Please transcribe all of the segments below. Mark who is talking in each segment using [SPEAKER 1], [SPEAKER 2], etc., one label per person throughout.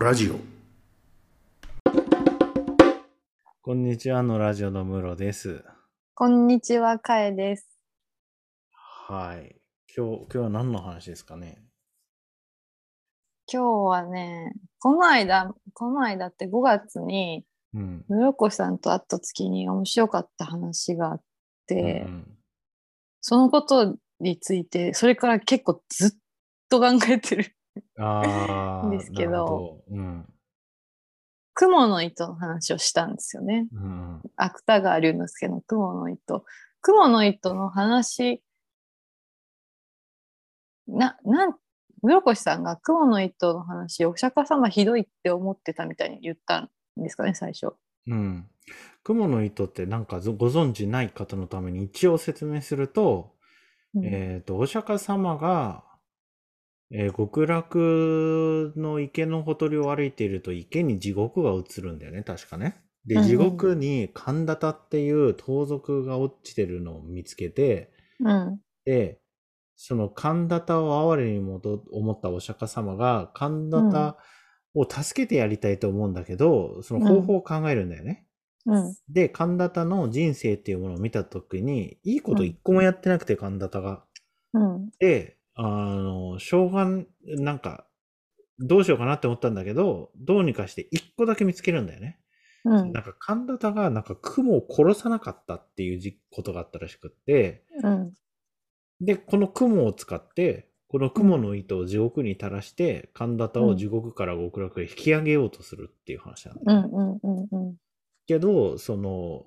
[SPEAKER 1] ラジオ。
[SPEAKER 2] こんにちはのラジオのムロです。
[SPEAKER 3] こんにちは、かえです。
[SPEAKER 2] はい。今日、今日は何の話ですかね
[SPEAKER 3] 今日はね、この間、この間って5月に、
[SPEAKER 2] うん。
[SPEAKER 3] 室子さんと会った月に面白かった話があって、
[SPEAKER 2] うん
[SPEAKER 3] そのことについて、それから結構ずっと考えてる。
[SPEAKER 2] うん、ああ。
[SPEAKER 3] ですけど
[SPEAKER 2] なるほどうん。
[SPEAKER 3] 雲の糸の話をしたんですよね。
[SPEAKER 2] うん。
[SPEAKER 3] 芥川龍之介の雲の糸。雲の糸の話、な、なん、室越さんが雲の糸の話、お釈迦様ひどいって思ってたみたいに言ったんですかね、最初。
[SPEAKER 2] うん。雲の糸ってなんかぞご存知ない方のために一応説明すると、
[SPEAKER 3] うん
[SPEAKER 2] えっと、お釈迦様が、えー極楽の池のほとりを歩いていると池に地獄が映るんだよね、確かね。
[SPEAKER 3] うん
[SPEAKER 2] で、
[SPEAKER 3] うん
[SPEAKER 2] 地獄に神田田っていう盗賊が落ちてるのを見つけて、
[SPEAKER 3] うん。
[SPEAKER 2] で、その神田田を哀れにもと思ったお釈迦様が、神田田を助けてやりたいと思うんだけど、その方法を考えるんだよね。
[SPEAKER 3] うん。
[SPEAKER 2] で、神田田の人生っていうものを見たときに、いいこと一個もやってなくて、神田田が。
[SPEAKER 3] うん。
[SPEAKER 2] で、あの、しょうがん、なんか、どうしようかなって思ったんだけど、どうにかして一個だけ見つけるんだよね。
[SPEAKER 3] うん
[SPEAKER 2] なんか神田田がなんか雲を殺さなかったっていうじことがあったらしくって、
[SPEAKER 3] うん。
[SPEAKER 2] で、この雲を使って、この雲の糸を地獄に垂らして、神田田を地獄から極楽へ引き上げようとするっていう話なんだ
[SPEAKER 3] うん。うん。うん。うん。
[SPEAKER 2] けど、その、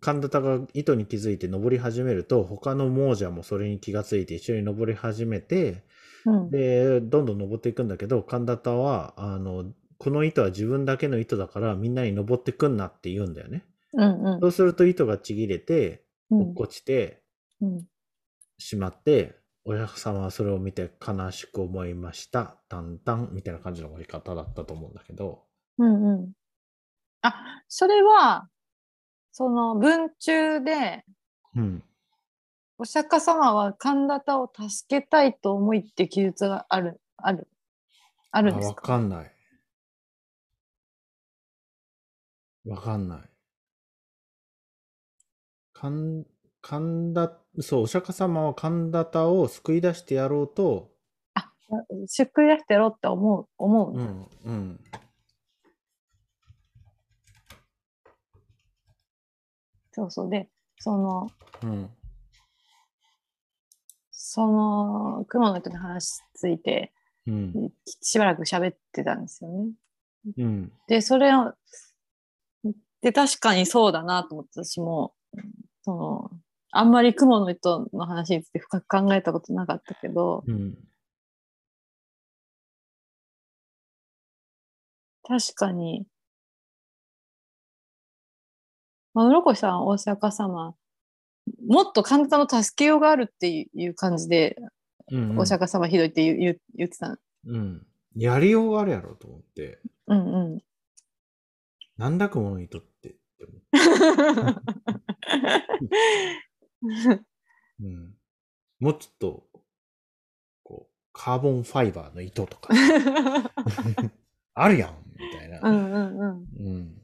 [SPEAKER 2] 神田田が糸に気づいて登り始めると、他の亡者もそれに気がついて一緒に登り始めて、
[SPEAKER 3] うん。
[SPEAKER 2] で、どんどん登っていくんだけど、神田田は、あの、この糸は自分だけの糸だからみんなに登ってくんなって言うんだよね。
[SPEAKER 3] うん。
[SPEAKER 2] そうすると糸がちぎれて、
[SPEAKER 3] う
[SPEAKER 2] 落っ
[SPEAKER 3] ん。
[SPEAKER 2] こちて、
[SPEAKER 3] うん。
[SPEAKER 2] しまって、お客様はそれを見て悲しく思いました。だんだんみたいな感じの終わり方だったと思うんだけど。
[SPEAKER 3] うんうん。あ、それは、その文中で、
[SPEAKER 2] うん。
[SPEAKER 3] お釈迦様は神田田を助けたいと思いって記述がある、ある、あ
[SPEAKER 2] あ
[SPEAKER 3] るんです
[SPEAKER 2] わ
[SPEAKER 3] か
[SPEAKER 2] かんない。わかんない。かん、神田、そう、お釈迦様は神田田を救い出してやろうと、
[SPEAKER 3] 出家出してやろうって思う、思う。
[SPEAKER 2] うん、うん。
[SPEAKER 3] そうそう。で、その、
[SPEAKER 2] うん。
[SPEAKER 3] その、雲の人の話について、
[SPEAKER 2] うん。
[SPEAKER 3] しばらく喋ってたんですよね。
[SPEAKER 2] うん。
[SPEAKER 3] で、それを、で、確かにそうだなと思って、私も、その、あんまり雲の糸の話について深く考えたことなかったけど、
[SPEAKER 2] うん。
[SPEAKER 3] 確かに、まあ、室越さんは大阪様、もっと簡単の助けようがあるっていう感じで、
[SPEAKER 2] うん。うん
[SPEAKER 3] お釈迦様ひどいって言う言う言ってた。
[SPEAKER 2] うん。やりようがあるやろと思って。
[SPEAKER 3] うん うん。
[SPEAKER 2] なんだ雲の糸ってって思って。うん。もうちょっと、こう、カーボンファイバーの糸とか、 あるやんみたいな。
[SPEAKER 3] うんうんうん
[SPEAKER 2] うん。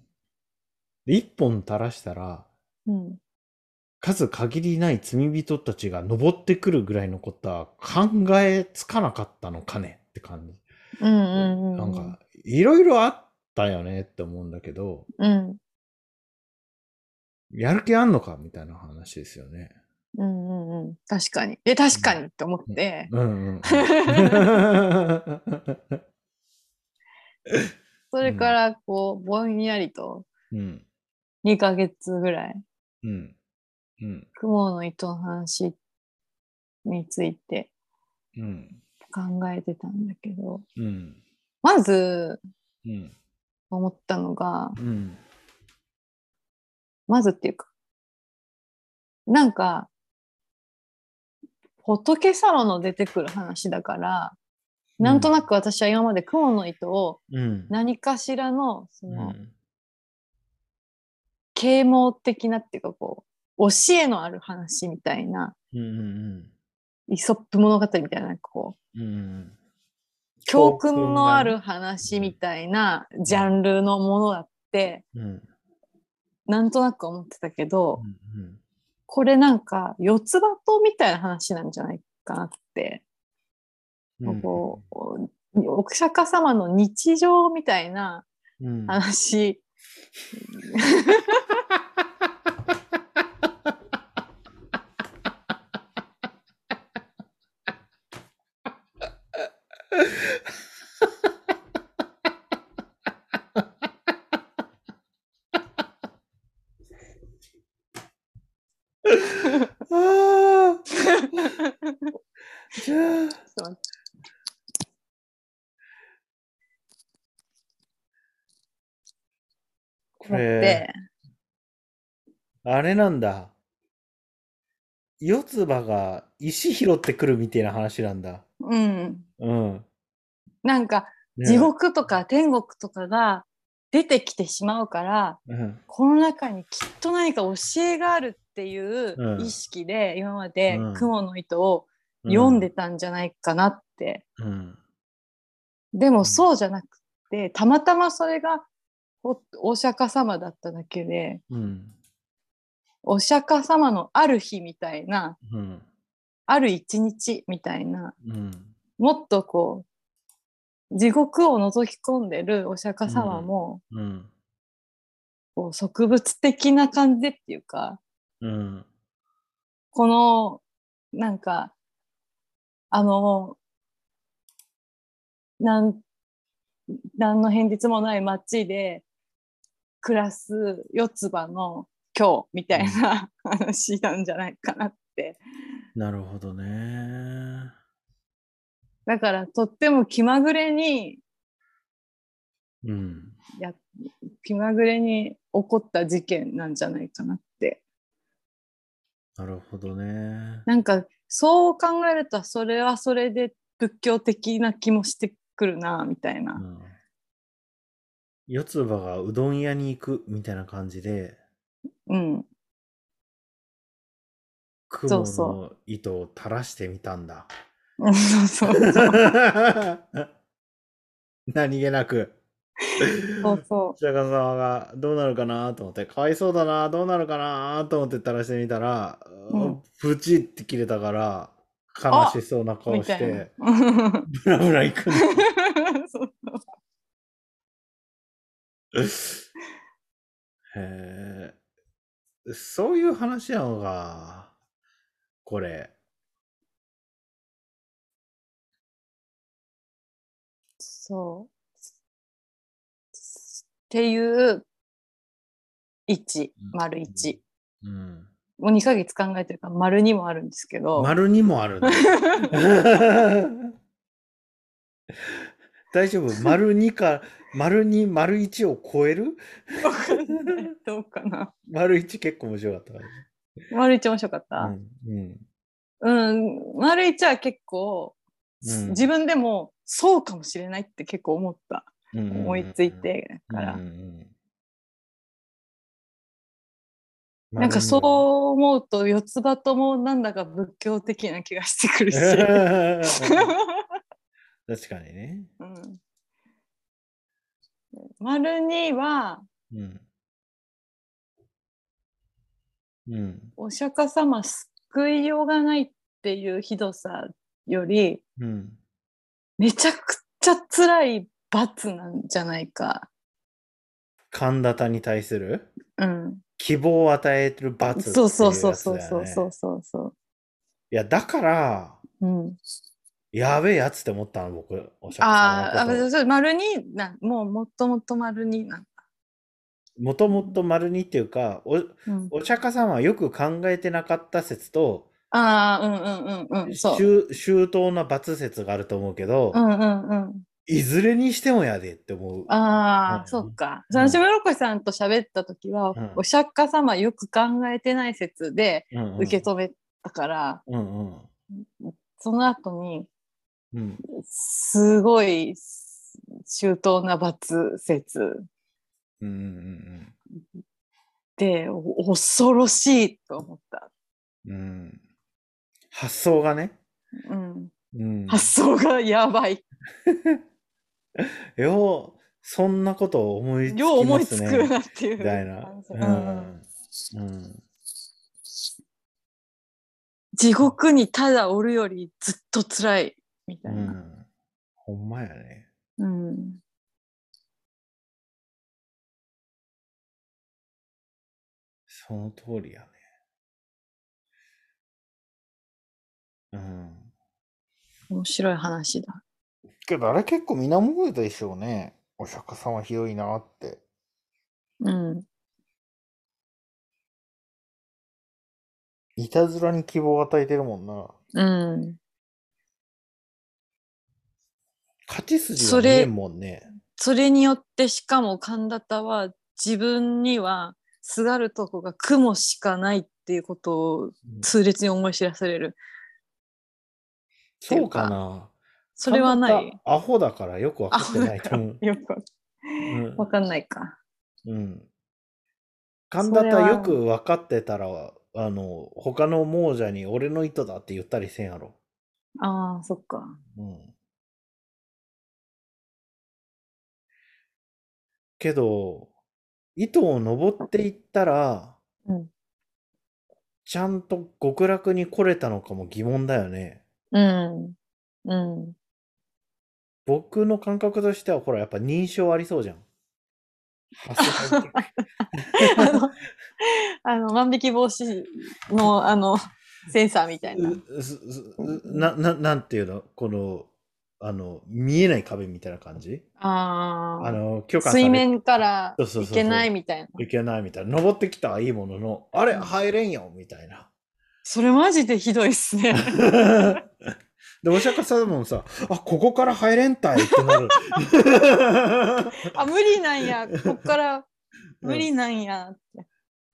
[SPEAKER 2] で、一本垂らしたら、
[SPEAKER 3] うん。
[SPEAKER 2] 数限りない罪人たちが登ってくるぐらいのことは考えつかなかったのかねって感じ。
[SPEAKER 3] うんうんうん。
[SPEAKER 2] なんか、いろいろあったよねって思うんだけど、
[SPEAKER 3] うん
[SPEAKER 2] やる気あんのかみたいな話ですよね。
[SPEAKER 3] うんうんうん。確かに。え、確かにって思って。
[SPEAKER 2] うんうん。
[SPEAKER 3] それから、こう、ぼんやりと、
[SPEAKER 2] うん。
[SPEAKER 3] 2ヶ月ぐらい、
[SPEAKER 2] うん。うん。
[SPEAKER 3] 雲の糸の話について
[SPEAKER 2] うん。
[SPEAKER 3] 考えてたんだけど、
[SPEAKER 2] うん。
[SPEAKER 3] まず
[SPEAKER 2] うん。
[SPEAKER 3] 思ったのが、
[SPEAKER 2] うん。
[SPEAKER 3] まずっていうか、なんか、仏様の出てくる話だから、なんとなく私は今まで雲の糸を
[SPEAKER 2] うん。
[SPEAKER 3] 何かしらの、そうの、
[SPEAKER 2] ん。
[SPEAKER 3] 啓蒙的なっていうかこう教えのある話みたいな
[SPEAKER 2] うん。
[SPEAKER 3] イソップ物語みたいなこ
[SPEAKER 2] うん。
[SPEAKER 3] う教訓のある話みたいなジャンルのものだって、
[SPEAKER 2] うん。うん
[SPEAKER 3] なんとなく思ってたけど、
[SPEAKER 2] うん
[SPEAKER 3] これなんか四つ葉とみたいな話なんじゃないかなって、
[SPEAKER 2] うん
[SPEAKER 3] こうお釈迦様の日常みたいな
[SPEAKER 2] うん
[SPEAKER 3] 話、
[SPEAKER 2] ああ。じゃあ。
[SPEAKER 3] 思って、
[SPEAKER 2] あれなんだ。四つ葉が石拾ってくるみたいな話なんだ。
[SPEAKER 3] うん、
[SPEAKER 2] うん。
[SPEAKER 3] なんか
[SPEAKER 2] ね
[SPEAKER 3] 地。獄とか天国とかが出てきてしまうから
[SPEAKER 2] うん。
[SPEAKER 3] この中にきっと何か教えがあるっていう
[SPEAKER 2] うん
[SPEAKER 3] 意識で今まで
[SPEAKER 2] うん
[SPEAKER 3] 「雲の糸」を読んで
[SPEAKER 2] う
[SPEAKER 3] たんじゃないかなって、
[SPEAKER 2] うん。
[SPEAKER 3] で
[SPEAKER 2] うん
[SPEAKER 3] もそうじゃなくてたまたまそれがおお釈迦様だっただけで
[SPEAKER 2] うん。
[SPEAKER 3] お釈迦様のある日みたいな
[SPEAKER 2] うん。
[SPEAKER 3] ある一日みたいな
[SPEAKER 2] うん。
[SPEAKER 3] もっとこう地獄を覗き込んでるお釈迦様も、
[SPEAKER 2] うん。
[SPEAKER 3] こう植物的な感じでっていうか
[SPEAKER 2] うん。
[SPEAKER 3] このなんかあのなん何の変哲もない町で暮らす四つ葉の今日みたいな話なんじゃないかなって
[SPEAKER 2] なるほどね。
[SPEAKER 3] だからとっても気まぐれに
[SPEAKER 2] うん。
[SPEAKER 3] や気まぐれに起こった事件なんじゃないかなって
[SPEAKER 2] なるほどね。
[SPEAKER 3] なんかそう考えるとそれはそれで仏教的な気もしてくるなみたいな、
[SPEAKER 2] うん四つ葉がうどん屋に行くみたいな感じで、
[SPEAKER 3] うん、
[SPEAKER 2] 雲
[SPEAKER 3] うそう
[SPEAKER 2] の糸を垂らしてみたんだ。
[SPEAKER 3] うんそうそうそう
[SPEAKER 2] 何気なく。
[SPEAKER 3] そうそ
[SPEAKER 2] 白川様がどうなるかなと思って、かわいそうだな、どうなるかなと思って垂らしてみたら、
[SPEAKER 3] うん
[SPEAKER 2] プチって切れたから、悲しそうな
[SPEAKER 3] う
[SPEAKER 2] 顔
[SPEAKER 3] み
[SPEAKER 2] した
[SPEAKER 3] いな
[SPEAKER 2] て、
[SPEAKER 3] うん
[SPEAKER 2] ブラブラ行くんだ。
[SPEAKER 3] そうそう
[SPEAKER 2] へえ、そういう話なのが、これ。
[SPEAKER 3] そうっていう101
[SPEAKER 2] うん。
[SPEAKER 3] もう2ヶ月考えてるから丸2もあるんですけど、
[SPEAKER 2] 丸にもあ るね。大丈夫丸2か、丸2、丸1を超える
[SPEAKER 3] わかんないどうかな
[SPEAKER 2] 丸1結構面白かった。
[SPEAKER 3] 丸1面白かった、
[SPEAKER 2] うんうん
[SPEAKER 3] うん、丸一は結構、
[SPEAKER 2] うん
[SPEAKER 3] 自分でもそうかもしれないって結構思った、
[SPEAKER 2] うんうん
[SPEAKER 3] 思いついてから、
[SPEAKER 2] うんうんうん
[SPEAKER 3] なんかそう思うと四つ葉ともなんだか仏教的な気がしてくる し、
[SPEAKER 2] 確かにね。
[SPEAKER 3] うん、丸二は
[SPEAKER 2] うん。うん。
[SPEAKER 3] お釈迦様救いようがないっていうひどさより
[SPEAKER 2] うん。
[SPEAKER 3] めちゃくちゃ辛い罰なんじゃないか、
[SPEAKER 2] 神田田に対する
[SPEAKER 3] うん、
[SPEAKER 2] 希望を与えてる罰ってい
[SPEAKER 3] そうそうそうそう
[SPEAKER 2] やつだよ
[SPEAKER 3] そう
[SPEAKER 2] ね
[SPEAKER 3] そうそうそう
[SPEAKER 2] いや、だから、
[SPEAKER 3] うん、
[SPEAKER 2] やべえやつって思ったの、僕、お釈迦
[SPEAKER 3] あー
[SPEAKER 2] 様
[SPEAKER 3] あ
[SPEAKER 2] のこと
[SPEAKER 3] そうそう丸になもうもっともっと丸にな、
[SPEAKER 2] もともと丸にっていうか、お
[SPEAKER 3] うん、
[SPEAKER 2] お釈迦様はよく考えてなかった説と、
[SPEAKER 3] ああうんうんうんうんそう
[SPEAKER 2] 周周到な罰説があると思うけど、
[SPEAKER 3] うんうんうん
[SPEAKER 2] いずれにしてもやでって思う。
[SPEAKER 3] ああ、
[SPEAKER 2] うん
[SPEAKER 3] そうか
[SPEAKER 2] うん
[SPEAKER 3] 私室越さんと喋った時は、
[SPEAKER 2] うん
[SPEAKER 3] お釈迦様よく考えてない説で
[SPEAKER 2] うんうん
[SPEAKER 3] 受け止めたから、
[SPEAKER 2] うんうん
[SPEAKER 3] その後に
[SPEAKER 2] うん。
[SPEAKER 3] すごい周到な罰説
[SPEAKER 2] うんうんうん
[SPEAKER 3] でお恐ろしいと思った、
[SPEAKER 2] うん。うん。発想がね、
[SPEAKER 3] うん、
[SPEAKER 2] うん。
[SPEAKER 3] 発想がやばい。
[SPEAKER 2] よう、そんなこと思いつき
[SPEAKER 3] よう思
[SPEAKER 2] ま
[SPEAKER 3] い
[SPEAKER 2] す
[SPEAKER 3] つ
[SPEAKER 2] ね。
[SPEAKER 3] くなっていう。
[SPEAKER 2] みたい な。う
[SPEAKER 3] うん
[SPEAKER 2] ん。うん。
[SPEAKER 3] 地獄にただおるよりずっと辛い。みた
[SPEAKER 2] う
[SPEAKER 3] いな。
[SPEAKER 2] ん。ほんまやね。
[SPEAKER 3] うん。
[SPEAKER 2] その通りやね。うん。
[SPEAKER 3] 面白い話だ。
[SPEAKER 2] けどあれ結構みんな思えたでしょうね。お釈迦様ひどいなって。
[SPEAKER 3] うん。
[SPEAKER 2] いたずらに希望を与えてるもんな。
[SPEAKER 3] うん。
[SPEAKER 2] 勝ち筋
[SPEAKER 3] そ
[SPEAKER 2] は見
[SPEAKER 3] れ
[SPEAKER 2] えんもんね。
[SPEAKER 3] それによってしかも神田田は自分にはすがるとこが雲しかないっていうことを痛烈に思い知らされる。て
[SPEAKER 2] そ
[SPEAKER 3] い
[SPEAKER 2] うう
[SPEAKER 3] か
[SPEAKER 2] かな。
[SPEAKER 3] それはない。。
[SPEAKER 2] アホだからよくわかってないと思う。
[SPEAKER 3] よく
[SPEAKER 2] うん
[SPEAKER 3] わかんないか。
[SPEAKER 2] うん。神田
[SPEAKER 3] それ
[SPEAKER 2] 田
[SPEAKER 3] は
[SPEAKER 2] よく分かってたら、あの、他の亡者に俺の意図だって言ったりせんやろ。
[SPEAKER 3] ああ、そっか。
[SPEAKER 2] うん。けど、糸を登っていったら、
[SPEAKER 3] うん
[SPEAKER 2] ちゃんと極楽に来れたのかも疑問だよね。
[SPEAKER 3] うん。うん。
[SPEAKER 2] 僕の感覚としては、ほら、やっぱ認証ありそうじゃん。発生
[SPEAKER 3] あの、あの万引き防止の、あの、センサーみた いな。
[SPEAKER 2] うすすな、な、なんていうのこの、あの、見えない壁みたいな感じ
[SPEAKER 3] あ
[SPEAKER 2] あ
[SPEAKER 3] あ。
[SPEAKER 2] の、許可され
[SPEAKER 3] 水面から
[SPEAKER 2] そうそう
[SPEAKER 3] い
[SPEAKER 2] そうそう
[SPEAKER 3] けないみたいな。
[SPEAKER 2] いけないみたいな。登ってきたはいいものの、あれ、
[SPEAKER 3] うん
[SPEAKER 2] 入れんよみたいな。
[SPEAKER 3] それマジでひどいっすね。
[SPEAKER 2] で、お釈迦様もさ、あ、ここから入れんたいってなる。
[SPEAKER 3] あ、無理なんや。こっから 無理なんやって。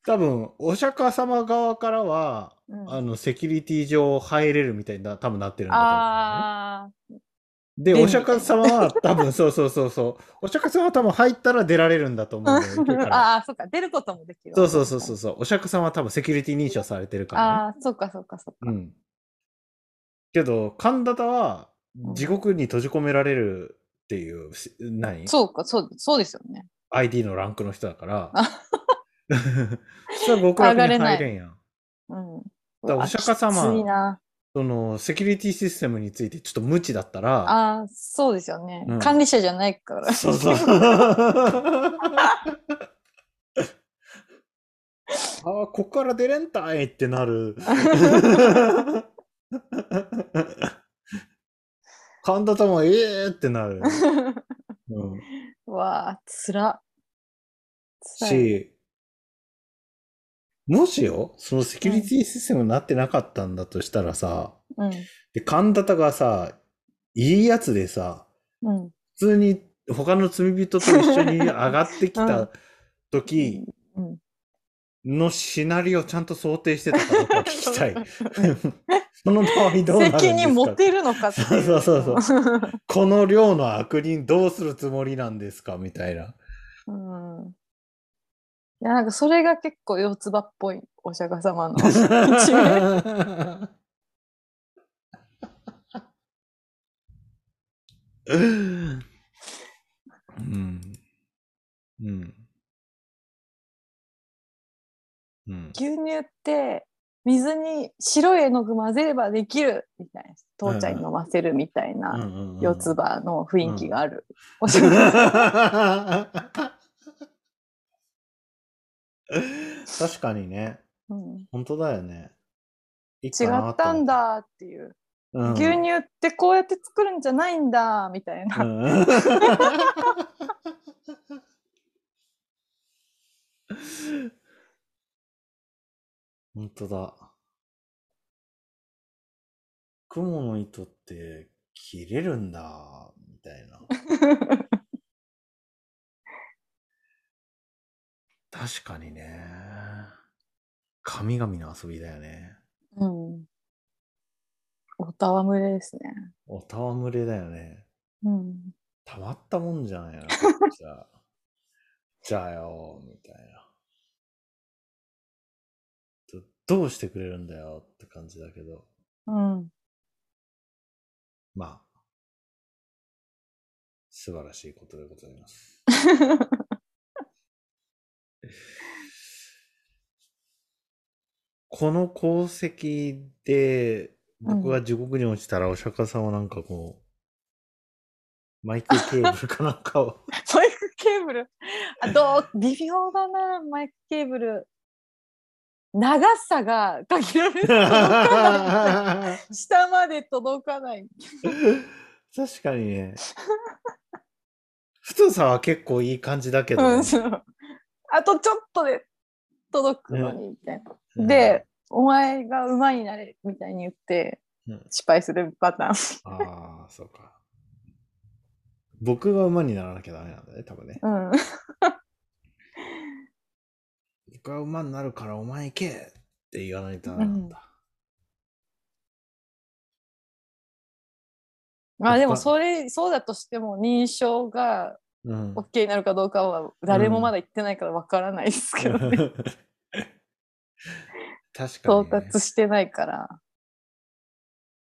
[SPEAKER 2] 多分、お釈迦様側からは、
[SPEAKER 3] うん
[SPEAKER 2] あの、セキュリティ上入れるみたいな、多分なってるんだと思うね。
[SPEAKER 3] ああ、
[SPEAKER 2] で、
[SPEAKER 3] 便利
[SPEAKER 2] お釈迦様は多分、そうそうそうそう。お釈迦様は多分入ったら出られるんだと思うん だよだから。
[SPEAKER 3] ああ、そっか、出ることもできる。
[SPEAKER 2] そうそうそうそうそう。お釈迦様は多分セキュリティ認証されてるから、ね。
[SPEAKER 3] ああ、そっかそっかそっ
[SPEAKER 2] う
[SPEAKER 3] か。
[SPEAKER 2] ん。けど、神田田は
[SPEAKER 3] うん
[SPEAKER 2] 地獄に閉じ込められるっていう、し何
[SPEAKER 3] そうか、そう、そうですよね。
[SPEAKER 2] ?ID のランクの人だから
[SPEAKER 3] あ。
[SPEAKER 2] それは極楽
[SPEAKER 3] 上が
[SPEAKER 2] に
[SPEAKER 3] れない
[SPEAKER 2] 入れんやん。
[SPEAKER 3] うん。
[SPEAKER 2] だからお釈迦様
[SPEAKER 3] うわきついな。
[SPEAKER 2] その、セキュリティシステムについてちょっと無知だったら、
[SPEAKER 3] ああ、そうですよね、
[SPEAKER 2] うん
[SPEAKER 3] 管理者じゃな いから。
[SPEAKER 2] そうそう。ああ、こっから出れんたいってな る。神田玉、ええー、ってなる。うん、
[SPEAKER 3] うわあ、つら。つらい。
[SPEAKER 2] し、もしよ、そのセキュリティシステムになってなかったんだとしたらさ、
[SPEAKER 3] うん。
[SPEAKER 2] で神田田がさ、いいやつでさ、
[SPEAKER 3] うん。
[SPEAKER 2] 普通に他の罪人と一緒 に上がってき
[SPEAKER 3] う
[SPEAKER 2] た
[SPEAKER 3] ん
[SPEAKER 2] 時
[SPEAKER 3] うん
[SPEAKER 2] のシナリオちゃんと想定してたかどうか聞きたい。 その場合どうなるんですか
[SPEAKER 3] 責任持てるのかっていう。
[SPEAKER 2] そうそうこの量の悪人どうするつもりなんですかみたいな。
[SPEAKER 3] うん。いや、なんかそれが結構四つ葉っぽい、お釈迦様の一面。
[SPEAKER 2] うん。うん。うん。
[SPEAKER 3] 牛乳って水に白い絵の具混ぜればできるみたいな父ちゃんに飲ませるみたいな四つ
[SPEAKER 2] 葉。
[SPEAKER 3] 葉の雰囲気がある、お釈迦
[SPEAKER 2] 確かにね。
[SPEAKER 3] うん
[SPEAKER 2] 本当だよね。違
[SPEAKER 3] 違ったん。だっていう、
[SPEAKER 2] うん
[SPEAKER 3] 牛乳ってこうやって作るんじゃないんだみたいな、
[SPEAKER 2] うん本当だ。雲の糸って切れるんだ、みたいな。確かにね。神々の遊びだよね。
[SPEAKER 3] うん、おたわむれですね、
[SPEAKER 2] おたわむれだよね。
[SPEAKER 3] うん、
[SPEAKER 2] たまったもんじゃないな、こっちは。じゃあよ、みたいな ど。どうしてくれるんだよって感じだけど。
[SPEAKER 3] うん
[SPEAKER 2] まあ、素晴らしいことでございます。この功績で、僕が地獄に落ちたら、お釈迦さんはなんかこう、マイクケーブルかなんかを、
[SPEAKER 3] マイクケーブル。あ、どう、微妙だな、マイクケーブル。長さが限られて 届かない。下まで届かない。
[SPEAKER 2] 確かにね。太さは結構いい感じだけどね、
[SPEAKER 3] うん、そうあとちょっとで届くのにみたいな。
[SPEAKER 2] うん
[SPEAKER 3] で、お前が馬になれみたいに言って
[SPEAKER 2] うん
[SPEAKER 3] 失敗するパター
[SPEAKER 2] ああ、そうか。僕が馬にならなきゃダメなんだね、多分ね。
[SPEAKER 3] ン。うん、
[SPEAKER 2] 僕は馬になるからお前行けって言わないとダメなんだ。
[SPEAKER 3] まあでもそれそうだとしても認証が
[SPEAKER 2] うん
[SPEAKER 3] OK になるかどうかは誰もまだ言ってないからわからないです けど、ね
[SPEAKER 2] 確か
[SPEAKER 3] 到
[SPEAKER 2] に、ね。
[SPEAKER 3] 達してないから。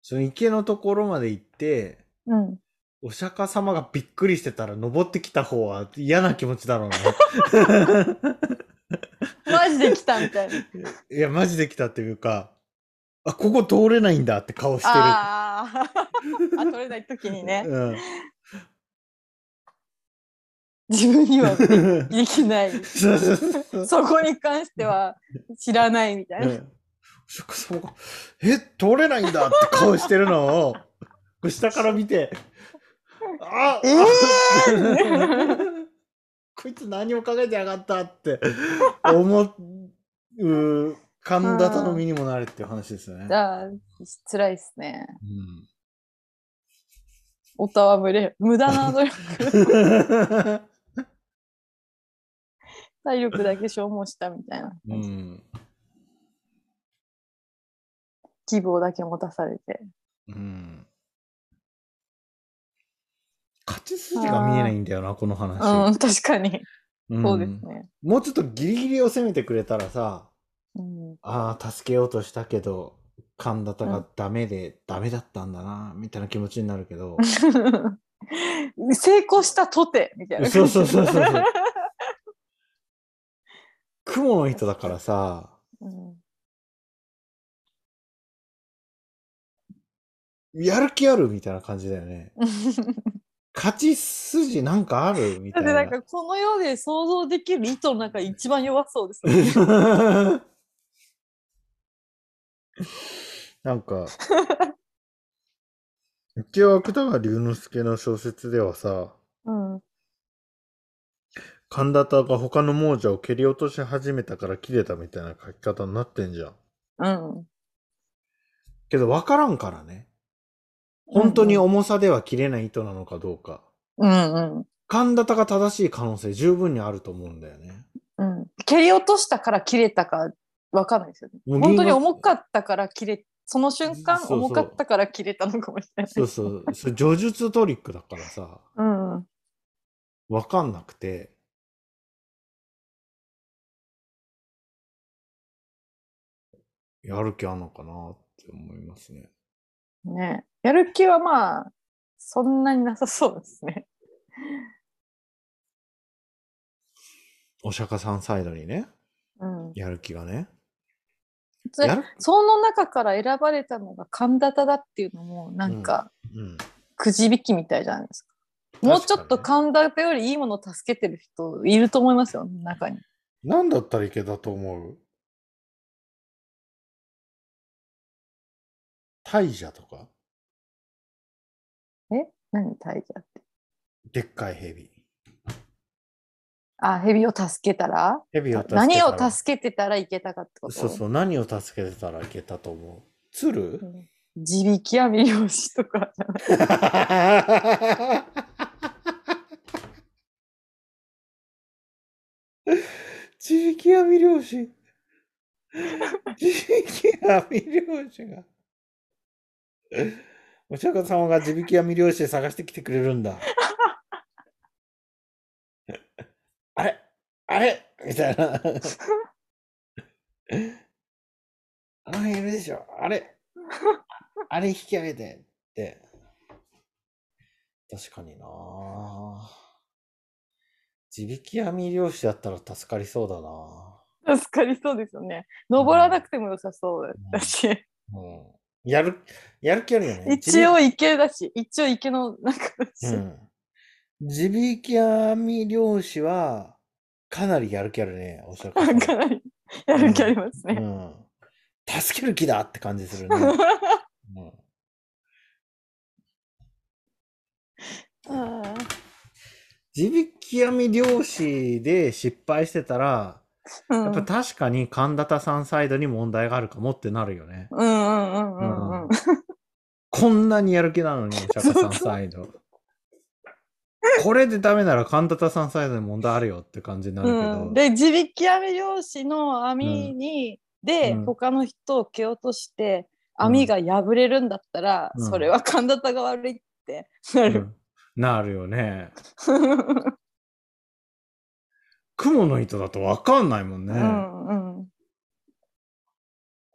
[SPEAKER 2] その池のところまで行って、
[SPEAKER 3] うん、
[SPEAKER 2] お釈迦様がびっくりしてたら登ってきた方は嫌な気持ちだ ろうね。
[SPEAKER 3] マジで来たみた いな。
[SPEAKER 2] いや、マジで来たっていうか、あ、ここ通れないんだって顔してる。
[SPEAKER 3] あー あ取れない時にね
[SPEAKER 2] うん。
[SPEAKER 3] 自分に はできない
[SPEAKER 2] そうそうそう
[SPEAKER 3] そこに関しては知らないみたいな。
[SPEAKER 2] うんお釈迦様が、え、通れないんだって顔してるのを、こう下から見て、あ
[SPEAKER 3] えー
[SPEAKER 2] こいつ何も考えてなかったって思う、神田頼みにもなれっていう話ですよね
[SPEAKER 3] じ。ゃあ、辛いですね。
[SPEAKER 2] うん
[SPEAKER 3] オタは無れ無駄な努力、 体力だけ消耗したみたいな。
[SPEAKER 2] うん。
[SPEAKER 3] 希望だけ持たされて。
[SPEAKER 2] うん。勝ち筋が見えないんだよな、この
[SPEAKER 3] うん、
[SPEAKER 2] 話。
[SPEAKER 3] 確かに。
[SPEAKER 2] ん
[SPEAKER 3] そうですね。
[SPEAKER 2] もうちょっとギリギリを攻めてくれたらさ、
[SPEAKER 3] うん、
[SPEAKER 2] ああ、助けようとしたけど、神田がダメで、ダメだったんだな、みたいな気持ちになるけ ど。
[SPEAKER 3] 成功したとてみたいな。
[SPEAKER 2] そうそうそうそう そう。雲の糸だからさ、
[SPEAKER 3] うん
[SPEAKER 2] やる気あるみたいな感じだよね。勝ち筋なんかあるみ
[SPEAKER 3] だ
[SPEAKER 2] た
[SPEAKER 3] っ
[SPEAKER 2] い
[SPEAKER 3] てな。
[SPEAKER 2] なん
[SPEAKER 3] かこの世で想像できる意図の中で一番弱そうです、
[SPEAKER 2] なんか、一応芥川龍之介の小説ではさ、
[SPEAKER 3] うん。
[SPEAKER 2] 神田田が他の亡者を蹴り落とし始めたから切れたみたいな書き方になってんじゃん。
[SPEAKER 3] うん。
[SPEAKER 2] けど分からんからね。本当に重さでは切れない糸なのかどうか。
[SPEAKER 3] うんうん。
[SPEAKER 2] 神田田が正しい可能性十分にあると思うんだよね。
[SPEAKER 3] うん。蹴り落としたから切れたかわかんないですよね。本当に重かったから切れ、その瞬間
[SPEAKER 2] そうそう
[SPEAKER 3] 重かったから切れたのかもしれない。
[SPEAKER 2] そうそう。それ叙述トリックだからさ、
[SPEAKER 3] うん。
[SPEAKER 2] 分かんなくて。やる気あんのかなって思いますね。
[SPEAKER 3] ね。やる気はまあ、そんなになさそうですね。
[SPEAKER 2] お釈迦さんサイドにね、
[SPEAKER 3] うん。
[SPEAKER 2] やる気がね。
[SPEAKER 3] それ
[SPEAKER 2] やる
[SPEAKER 3] その中から選ばれたのが神田田だっていうのも、なんか、
[SPEAKER 2] うん。
[SPEAKER 3] くじ引きみたいじゃないですか。
[SPEAKER 2] うん
[SPEAKER 3] もうちょっと
[SPEAKER 2] 確か
[SPEAKER 3] 神田田よりいいものを助けてる人いると思いますよ、中に。
[SPEAKER 2] 何だったらいけたと思う大蛇とか
[SPEAKER 3] 何大蛇って。
[SPEAKER 2] でっかい蛇。
[SPEAKER 3] あ、蛇を助けたら
[SPEAKER 2] 蛇を助けたら
[SPEAKER 3] 何を助けてたらいけたかってこと
[SPEAKER 2] そうそう、何を助けてたらいけたと思う鶴
[SPEAKER 3] うん自力網漁師とかじゃない。
[SPEAKER 2] 自力網漁師。自力網漁師が。お釈迦様が自力網漁師で探してきてくれるんだ。あれあれみたいな。 あの辺いるでしょあれあれ引き上げてって。確かにな地引き網漁師だったら助かりそうだな
[SPEAKER 3] 助かりそうですよね。登らなくても良さそうだし、
[SPEAKER 2] うん。やる、やる気あるよね。
[SPEAKER 3] 一応池だし、一応池の中だし、
[SPEAKER 2] うん。地引き網漁師は、かなりやる気あるね、おしゃ
[SPEAKER 3] かなりやる気ありますね。
[SPEAKER 2] うん。助ける気だって感じ するね。うん、
[SPEAKER 3] あ
[SPEAKER 2] 地引き網漁師で失敗してたら、
[SPEAKER 3] ーうん
[SPEAKER 2] やっぱ確かに神田田さんサイドに問題があるかもってなるよね。
[SPEAKER 3] うんうんうんうんうん。
[SPEAKER 2] こんなにやる気なの に、お釈迦さんサイド。これでダメなら神田田さんサイドに問題あるよって感じになるけど。
[SPEAKER 3] うん、で地引き網漁師の網に、で、
[SPEAKER 2] うん
[SPEAKER 3] 他の人を蹴落として
[SPEAKER 2] うん
[SPEAKER 3] 網が破れるんだったら、
[SPEAKER 2] うん
[SPEAKER 3] それは神田田が悪いってな
[SPEAKER 2] う
[SPEAKER 3] る。
[SPEAKER 2] んなるよね。 雲の糸だとわかんないもん
[SPEAKER 3] う
[SPEAKER 2] ね。
[SPEAKER 3] んうん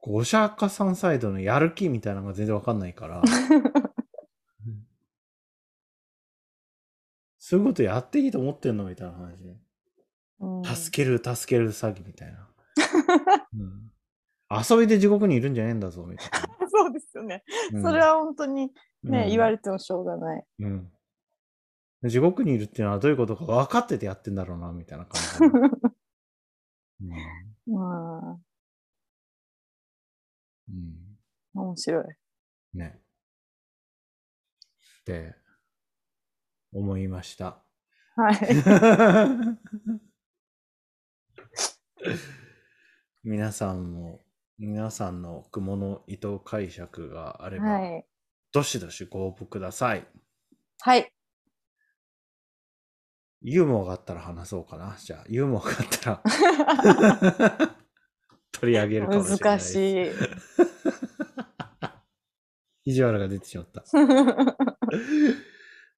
[SPEAKER 2] お釈迦さんサイドのやる気みたいなのが全然わかんない から。うんそういうことやっていいと思ってんのみたいな話で。
[SPEAKER 3] うん
[SPEAKER 2] 助ける、助ける詐欺みたいな。うん遊びで地獄にいるんじゃねえんだぞ、みた い
[SPEAKER 3] そうですよね、
[SPEAKER 2] な。
[SPEAKER 3] それは本当に
[SPEAKER 2] うん、
[SPEAKER 3] ね、言わ
[SPEAKER 2] れ、
[SPEAKER 3] れてもしょうがない。
[SPEAKER 2] うん。地獄にいるっていうのはどういうことか分かっててやってんだろうな、みたいな 感じ。うん
[SPEAKER 3] ま
[SPEAKER 2] うん
[SPEAKER 3] あ面白い。
[SPEAKER 2] ね。って、思いま した。
[SPEAKER 3] はい。
[SPEAKER 2] 皆さんも、皆さんの雲の糸解釈があれば、
[SPEAKER 3] はい。
[SPEAKER 2] どしどしご応募ください。
[SPEAKER 3] はい。
[SPEAKER 2] ユーモアがあったら話そうかな。じゃあ、ユーモアがあった ら取り上げるかもしれない。
[SPEAKER 3] 難し
[SPEAKER 2] い。
[SPEAKER 3] い。
[SPEAKER 2] 意地悪が出てしまった。 そ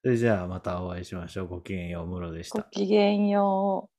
[SPEAKER 2] れじゃあ、またお会いしましょう。ごきげんよう、ムロでし
[SPEAKER 3] ご
[SPEAKER 2] た。
[SPEAKER 3] きげんよう。